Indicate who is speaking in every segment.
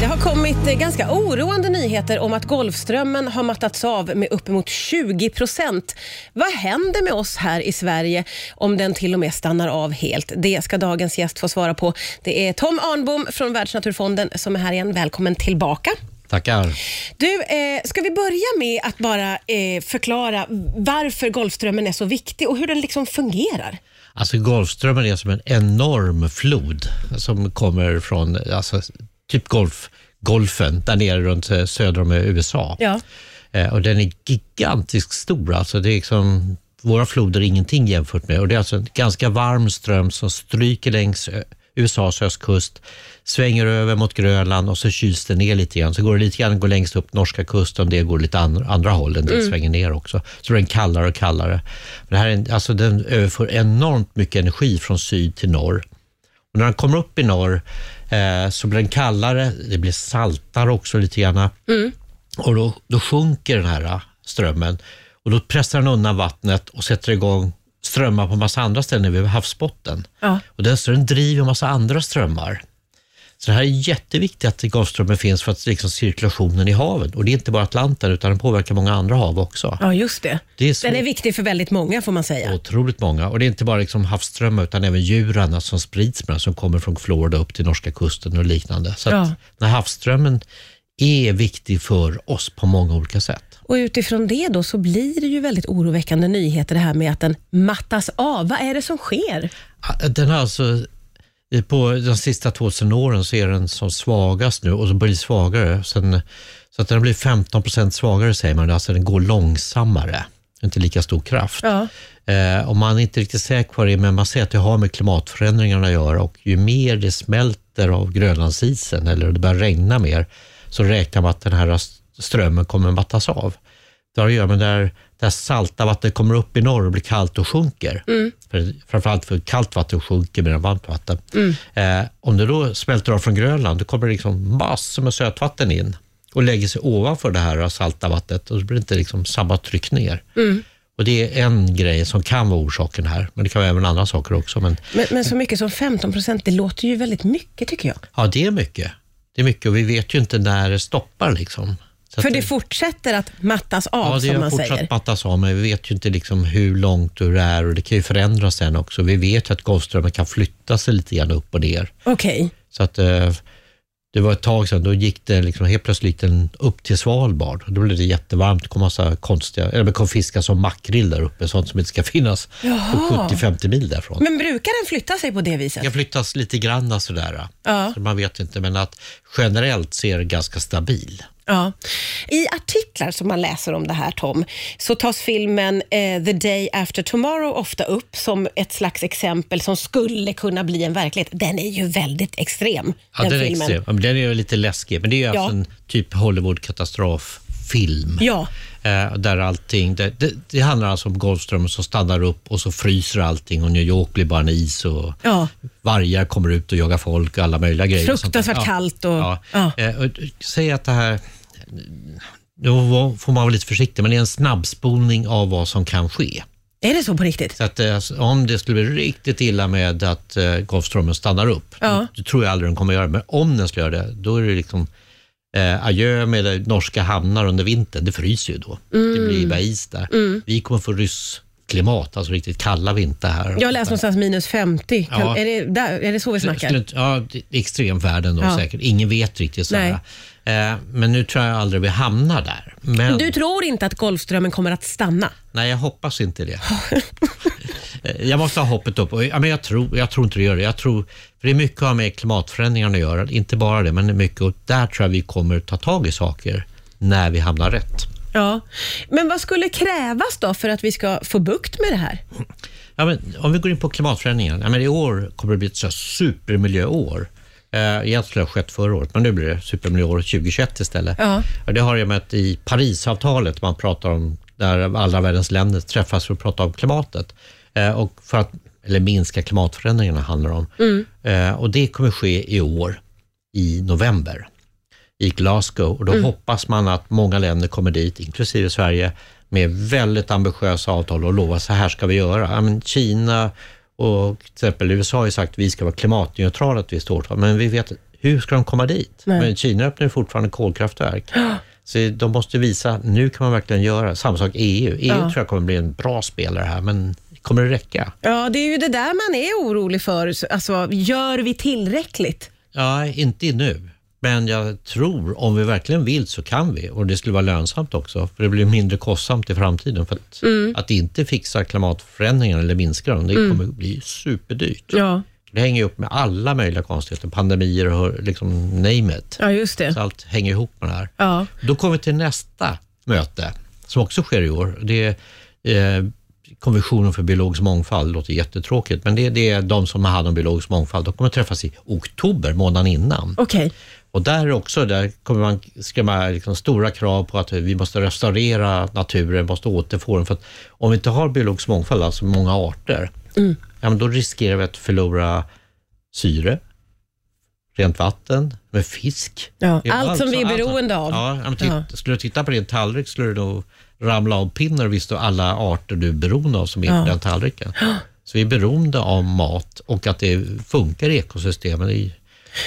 Speaker 1: Det har kommit eh, ganska oroande nyheter om att Golfströmmen har mattats av med uppemot 20 procent. Vad händer med oss här i Sverige om den till och med stannar av helt? Det ska dagens gäst få svara på. Det är Tom Arnbom från Världsnaturfonden som är här igen. Välkommen tillbaka.
Speaker 2: Tackar.
Speaker 1: Du, eh, ska vi börja med att bara eh, förklara varför Golfströmmen är så viktig och hur den liksom fungerar?
Speaker 2: Alltså Golfströmmen är som en enorm flod som kommer från alltså, typ golf, golfen där nere runt eh, söder om USA.
Speaker 1: Ja.
Speaker 2: Eh, Och den är gigantiskt stor. Alltså det är liksom, våra floder är ingenting jämfört med. Och det är alltså en ganska varm ström som stryker längs eh, ö, USAs östkust, svänger över mot Grönland och så kyls den ner lite grann. Så går det lite grann går längst upp norska kusten, det går lite andra, andra håll, en del svänger ner också. Så den kallare och kallare. Men det här är, en- alltså den överför enormt mycket energi från syd till norr. Och när den kommer upp i norr eh, så blir den kallare, det blir saltare också lite grann. Och då, då sjunker den här eh, strömmen och då pressar den undan vattnet och sätter igång strömmar på massa andra ställen vid havsbotten.
Speaker 1: Ja.
Speaker 2: Och den, så den driver massa andra strömmar. Så det här är jätteviktigt att Golfströmmen finns för att liksom cirkulationen i haven. Och det är inte bara Atlanten utan den påverkar många andra hav också.
Speaker 1: Ja, just det.
Speaker 2: Det är så
Speaker 1: Den är viktig för väldigt många får man säga.
Speaker 2: otroligt många. Och det är inte bara liksom havsströmmar utan även djuren som sprids med den, som kommer från Florida upp till norska kusten och liknande. Så att
Speaker 1: Ja.
Speaker 2: den här havsströmmen är viktig för oss på många olika sätt.
Speaker 1: Och utifrån det då så blir det ju väldigt oroväckande nyheter det här med att den mattas av. Vad är det som sker?
Speaker 2: Den har alltså, på de sista 2000 åren så är den som svagast nu och så blir den svagare. Sen, så att den blir 15 procent svagare säger man, alltså den går långsammare. Inte lika stor kraft.
Speaker 1: Ja.
Speaker 2: Eh, och man är inte riktigt säker på det, men man säger att det har med klimatförändringarna att göra och ju mer det smälter av Grönlandsisen eller det börjar regna mer, så räknar man att den här st- strömmen kommer mattas av. Det har att göra med där, där salta vattnet kommer upp i norr och blir kallt och sjunker. För, framförallt för kallt vatten sjunker mer än varmt vatten. Eh, om det då smälter av från Grönland, då kommer det liksom massor med sötvatten in och lägger sig ovanför det här salta vattnet och så blir det inte liksom samma tryck ner. Och Det är en grej som kan vara orsaken här, men det kan vara även andra saker också. Men
Speaker 1: Men, men så mycket som 15 procent, det låter ju väldigt mycket tycker jag.
Speaker 2: ja, det är mycket. Det är mycket och vi vet ju inte när det stoppar. Liksom. Så
Speaker 1: För
Speaker 2: att
Speaker 1: det fortsätter att mattas av
Speaker 2: Ja, det
Speaker 1: som
Speaker 2: har
Speaker 1: man säger.
Speaker 2: fortsatt mattas av, men vi vet ju inte liksom hur långt och hur det är och det kan ju förändras sen också. Vi vet ju att Golfströmmen kan flytta sig lite grann upp och ner.
Speaker 1: Okej,
Speaker 2: Så att, eh, det var ett tag sedan, då gick det liksom, helt plötsligt gick den upp till Svalbard. Då blev det jättevarmt, det kom massa konstiga, eller det kom fiskar som makrill där uppe, sånt som inte ska finnas
Speaker 1: Jaha.
Speaker 2: på 70-50 mil därifrån.
Speaker 1: men brukar den flytta sig på det viset?
Speaker 2: Den kan flyttas lite grann sådär.
Speaker 1: Ja.
Speaker 2: Så man vet inte, men att generellt så är den ganska stabil.
Speaker 1: Ja. I artiklar som man läser om det här, Tom, så tas filmen eh, The Day After Tomorrow ofta upp som ett slags exempel som skulle kunna bli en verklighet. Den är ju väldigt extrem,
Speaker 2: Ja, den,
Speaker 1: den,
Speaker 2: är
Speaker 1: filmen.
Speaker 2: extrem. Ja, men den är ju lite läskig, men det är ju alltså en typ Hollywood-katastroffilm.
Speaker 1: Ja.
Speaker 2: Eh, där allting, det, det, det handlar alltså om Golfströmmen som stannar upp och så fryser allting och New York blir bara en is och
Speaker 1: Ja.
Speaker 2: vargar kommer ut och jagar folk och alla möjliga grejer. och sånt där.
Speaker 1: Fruktansvärt kallt och-
Speaker 2: Ja.
Speaker 1: ja.
Speaker 2: Eh, och säg att det här, då får man vara lite försiktig, men det är en snabbspolning av vad som kan ske.
Speaker 1: Är det så på riktigt?
Speaker 2: Så att, eh, alltså, om det skulle bli riktigt illa med att eh, Golfströmmen stannar upp,
Speaker 1: Ja.
Speaker 2: det tror jag aldrig den kommer göra, men om den skulle göra det, då är det liksom eh, adjö med de norska hamnar under vintern. Det fryser ju då. Det
Speaker 1: Mm.
Speaker 2: blir bara is där. Vi kommer få ryss klimat, alltså riktigt kalla vinter här.
Speaker 1: Jag läste någonstans minus 50. Kan,
Speaker 2: Ja.
Speaker 1: är, det, där, är det så vi
Speaker 2: Så- skulle
Speaker 1: snackar?
Speaker 2: inte- Ja, det är extremvärlden då
Speaker 1: Ja.
Speaker 2: säkert. Ingen vet riktigt. Så här. Eh, men nu tror jag aldrig vi hamnar där. Men,
Speaker 1: Du tror inte att Golfströmmen kommer att stanna?
Speaker 2: Nej, jag hoppas inte det. Eh, jag måste ha hoppet upp. Och, ja, men jag, tror, jag tror inte det gör det. Jag tror, för det är mycket har med klimatförändringarna att göra. Inte bara det, men mycket. Och där tror jag vi kommer ta tag i saker när vi hamnar rätt.
Speaker 1: Ja. Men vad skulle krävas då för att vi ska få bukt med det här?
Speaker 2: Ja, men om vi går in på klimatförändringen. Ja, men I år kommer det bli ett så här supermiljöår. Eh, egentligen skulle det ha skett förra året, men nu blir det supermiljöår 2021 istället.
Speaker 1: Ja.
Speaker 2: Och Det har att göra med att i Parisavtalet, man pratar om där alla världens länder träffas för att prata om klimatet. Eh, och för att, eller minska klimatförändringarna handlar det om. Eh, och det kommer ske i år, i november i Glasgow och då hoppas man att många länder kommer dit, inklusive Sverige, med väldigt ambitiösa avtal och lovar så här ska vi göra. Ja, men Kina och till exempel USA har ju sagt att vi ska vara klimatneutrala ett visst årtal, men vi vet hur ska de komma dit?
Speaker 1: Nej.
Speaker 2: Men Kina öppnar ju fortfarande kolkraftverk. Så de måste visa, nu kan man verkligen göra. Samma sak E EU. EU tror jag kommer bli en bra spelare här, men kommer det räcka?
Speaker 1: Ja, det är ju det där man är orolig för. Så- Alltså, gör vi tillräckligt?
Speaker 2: Ja, inte nu. Men jag tror, om vi verkligen vill så kan vi. Och det skulle vara lönsamt också, för det blir mindre kostsamt i framtiden. För att, att inte fixa klimatförändringarna eller minska dem, det kommer bli superdyrt.
Speaker 1: Ja,
Speaker 2: Det hänger ju upp med alla möjliga konstigheter, pandemier och liksom name it.
Speaker 1: ja just det.
Speaker 2: Så allt hänger ihop med det här.
Speaker 1: Ja.
Speaker 2: Då kommer vi till nästa möte, som också sker i år. Det är eh, Konventionen för biologisk mångfald, det låter jättetråkigt, men det, det är de som har hand om biologisk mångfald. De kommer träffas i oktober, månaden innan.
Speaker 1: Okej.
Speaker 2: Och där också, där kommer man skrämma liksom stora krav på att vi måste restaurera naturen, måste återfå den. För att om vi inte har biologisk mångfald, alltså många arter, ja, men då riskerar vi att förlora syre, rent vatten, med fisk.
Speaker 1: Ja,
Speaker 2: Det är
Speaker 1: allt som vi är
Speaker 2: allt
Speaker 1: beroende av.
Speaker 2: alltså, Ja, ja, men titt, Skulle du titta på din tallrik skulle du nog ramla av pinnar visst och alla arter du är beroende av som är på den tallriken. Så vi är beroende av mat och att det funkar i ekosystemen. i-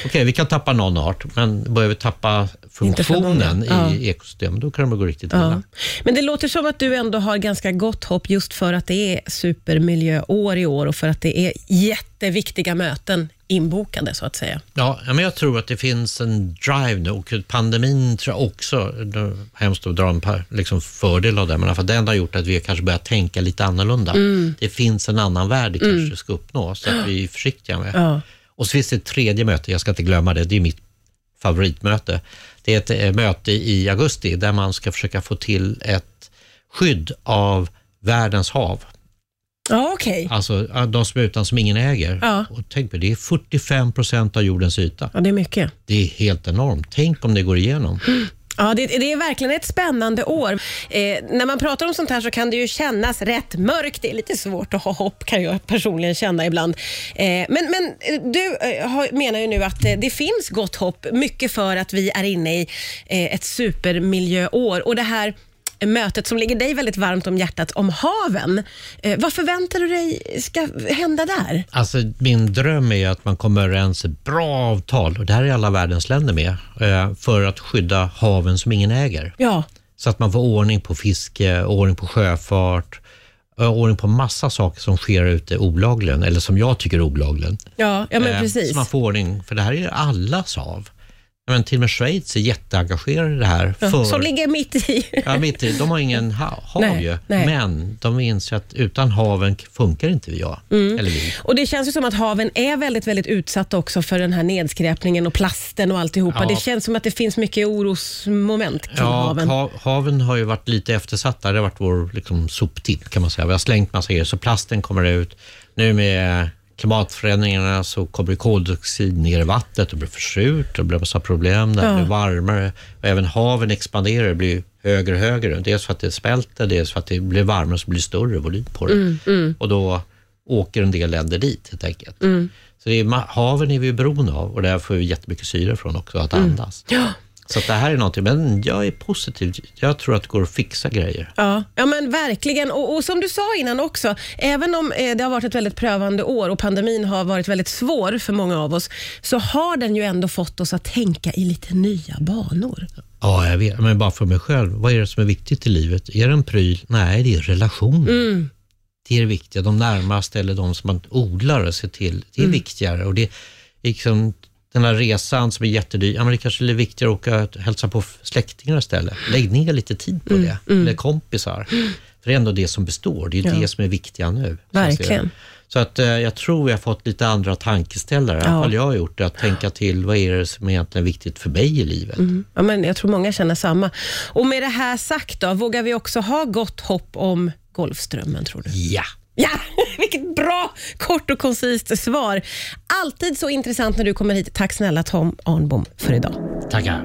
Speaker 2: Okej, vi kan tappa någon art, men börjar vi tappa
Speaker 1: Inte för många.
Speaker 2: funktionen
Speaker 1: Ja.
Speaker 2: i ekosystemen, då kan det gå riktigt
Speaker 1: Ja.
Speaker 2: illa.
Speaker 1: Men det låter som att du ändå har ganska gott hopp just för att det är supermiljöår i år och för att det är jätteviktiga möten inbokade så att säga.
Speaker 2: Ja, men jag tror att det finns en drive nu och pandemin tror jag också, det är hemskt att dra en par- liksom fördel av det, men för den har gjort att vi kanske börjar tänka lite annorlunda.
Speaker 1: Mm.
Speaker 2: Det finns en annan värld vi kanske ska uppnå, så att vi är försiktiga med.
Speaker 1: Ja.
Speaker 2: Och så finns det ett tredje möte, jag ska inte glömma det, det är mitt favoritmöte. Det är ett eh, möte i augusti där man ska försöka få till ett skydd av världens hav.
Speaker 1: Ja, okej.
Speaker 2: Alltså eh, de som är utan, som ingen äger.
Speaker 1: Ja.
Speaker 2: Och tänk på det, det är 45 procent av jordens yta.
Speaker 1: Ja, det är mycket.
Speaker 2: Det är helt enormt. Tänk om det går igenom.
Speaker 1: Ja, det, det är verkligen ett spännande år. Eh, när man pratar om sånt här så kan det ju kännas rätt mörkt. Det är lite svårt att ha hopp kan jag personligen känna ibland. Eh, men men eh, du eh, har, menar ju nu att eh, det finns gott hopp, mycket för att vi är inne i eh, ett supermiljöår. Och det här mötet som ligger dig väldigt varmt om hjärtat om haven. Eh, vad förväntar du dig ska hända där?
Speaker 2: Alltså, min dröm är att man kommer överens ett bra avtal, och det här är alla världens länder med, eh, för att skydda haven som ingen äger.
Speaker 1: Ja,
Speaker 2: Så att man får ordning på fiske, ordning på sjöfart, eh, ordning på massa saker som sker ute olagligen, eller som jag tycker är olagligen.
Speaker 1: ja, ja men
Speaker 2: Eh,
Speaker 1: precis.
Speaker 2: Så man får ordning, för det här är allas hav. Ja, Men till och med Schweiz är jätteengagerade i det här. för,
Speaker 1: Som ligger mitt i.
Speaker 2: Ja, mitt i. De har ingen ha- hav
Speaker 1: Nej,
Speaker 2: ju,
Speaker 1: nej.
Speaker 2: men de inser att utan haven funkar inte vi, jag.
Speaker 1: Mm.
Speaker 2: Eller vi.
Speaker 1: Och Det känns ju som att haven är väldigt, väldigt utsatta också för den här nedskräpningen och plasten och alltihopa.
Speaker 2: Ja.
Speaker 1: Det känns som att det finns mycket orosmoment kring
Speaker 2: Ja,
Speaker 1: haven.
Speaker 2: ha- haven har ju varit lite eftersatta. Det har varit vår liksom, soptipp kan man säga. Vi har slängt massa grejer, så plasten kommer ut. Nu med klimatförändringarna så kommer koldioxid ner i vattnet och blir för surt. Det blir massa problem. Det blir varmare. Och även haven expanderar. Det blir högre och högre. Dels för att det smälter, dels för att det blir varmare så blir det större volym på det.
Speaker 1: Mm,
Speaker 2: Och då åker en del länder dit helt enkelt. Så det är, ma- haven är vi beroende av och där får vi jättemycket syre från också att andas. Så att det här är någonting, men jag är positiv. Jag tror att det går att fixa grejer.
Speaker 1: Ja, ja men verkligen. Och, och som du sa innan också, även om eh, det har varit ett väldigt prövande år och pandemin har varit väldigt svår för många av oss, så har den ju ändå fått oss att tänka i lite nya banor.
Speaker 2: Ja, jag vet. Men bara för mig själv. Vad är det som är viktigt i livet? Är det en pryl? Nej, det är relationer. Det är det viktiga. De närmaste eller de som man odlar och ser till. Det är viktigare. Och det är liksom, den här resan som är jättedyr. Ja, men det kanske är viktigare att åka och hälsa på släktingar istället. Lägg ner lite tid på det. Eller kompisar. För det är ändå det som består. Det är det som är viktiga nu. som jag ser det.
Speaker 1: Verkligen.
Speaker 2: Så att eh, jag tror vi har fått lite andra tankeställare. I alla fall jag har gjort det. Att tänka till, vad är det som egentligen är viktigt för mig i livet?
Speaker 1: Mm. Ja, men jag tror många känner samma. Och med det här sagt då, vågar vi också ha gott hopp om Golfströmmen tror du?
Speaker 2: Ja.
Speaker 1: Ja, vilket bra kort och koncist svar. Alltid så intressant när du kommer hit. Tack snälla Tom Arnbom för idag.
Speaker 2: Tackar.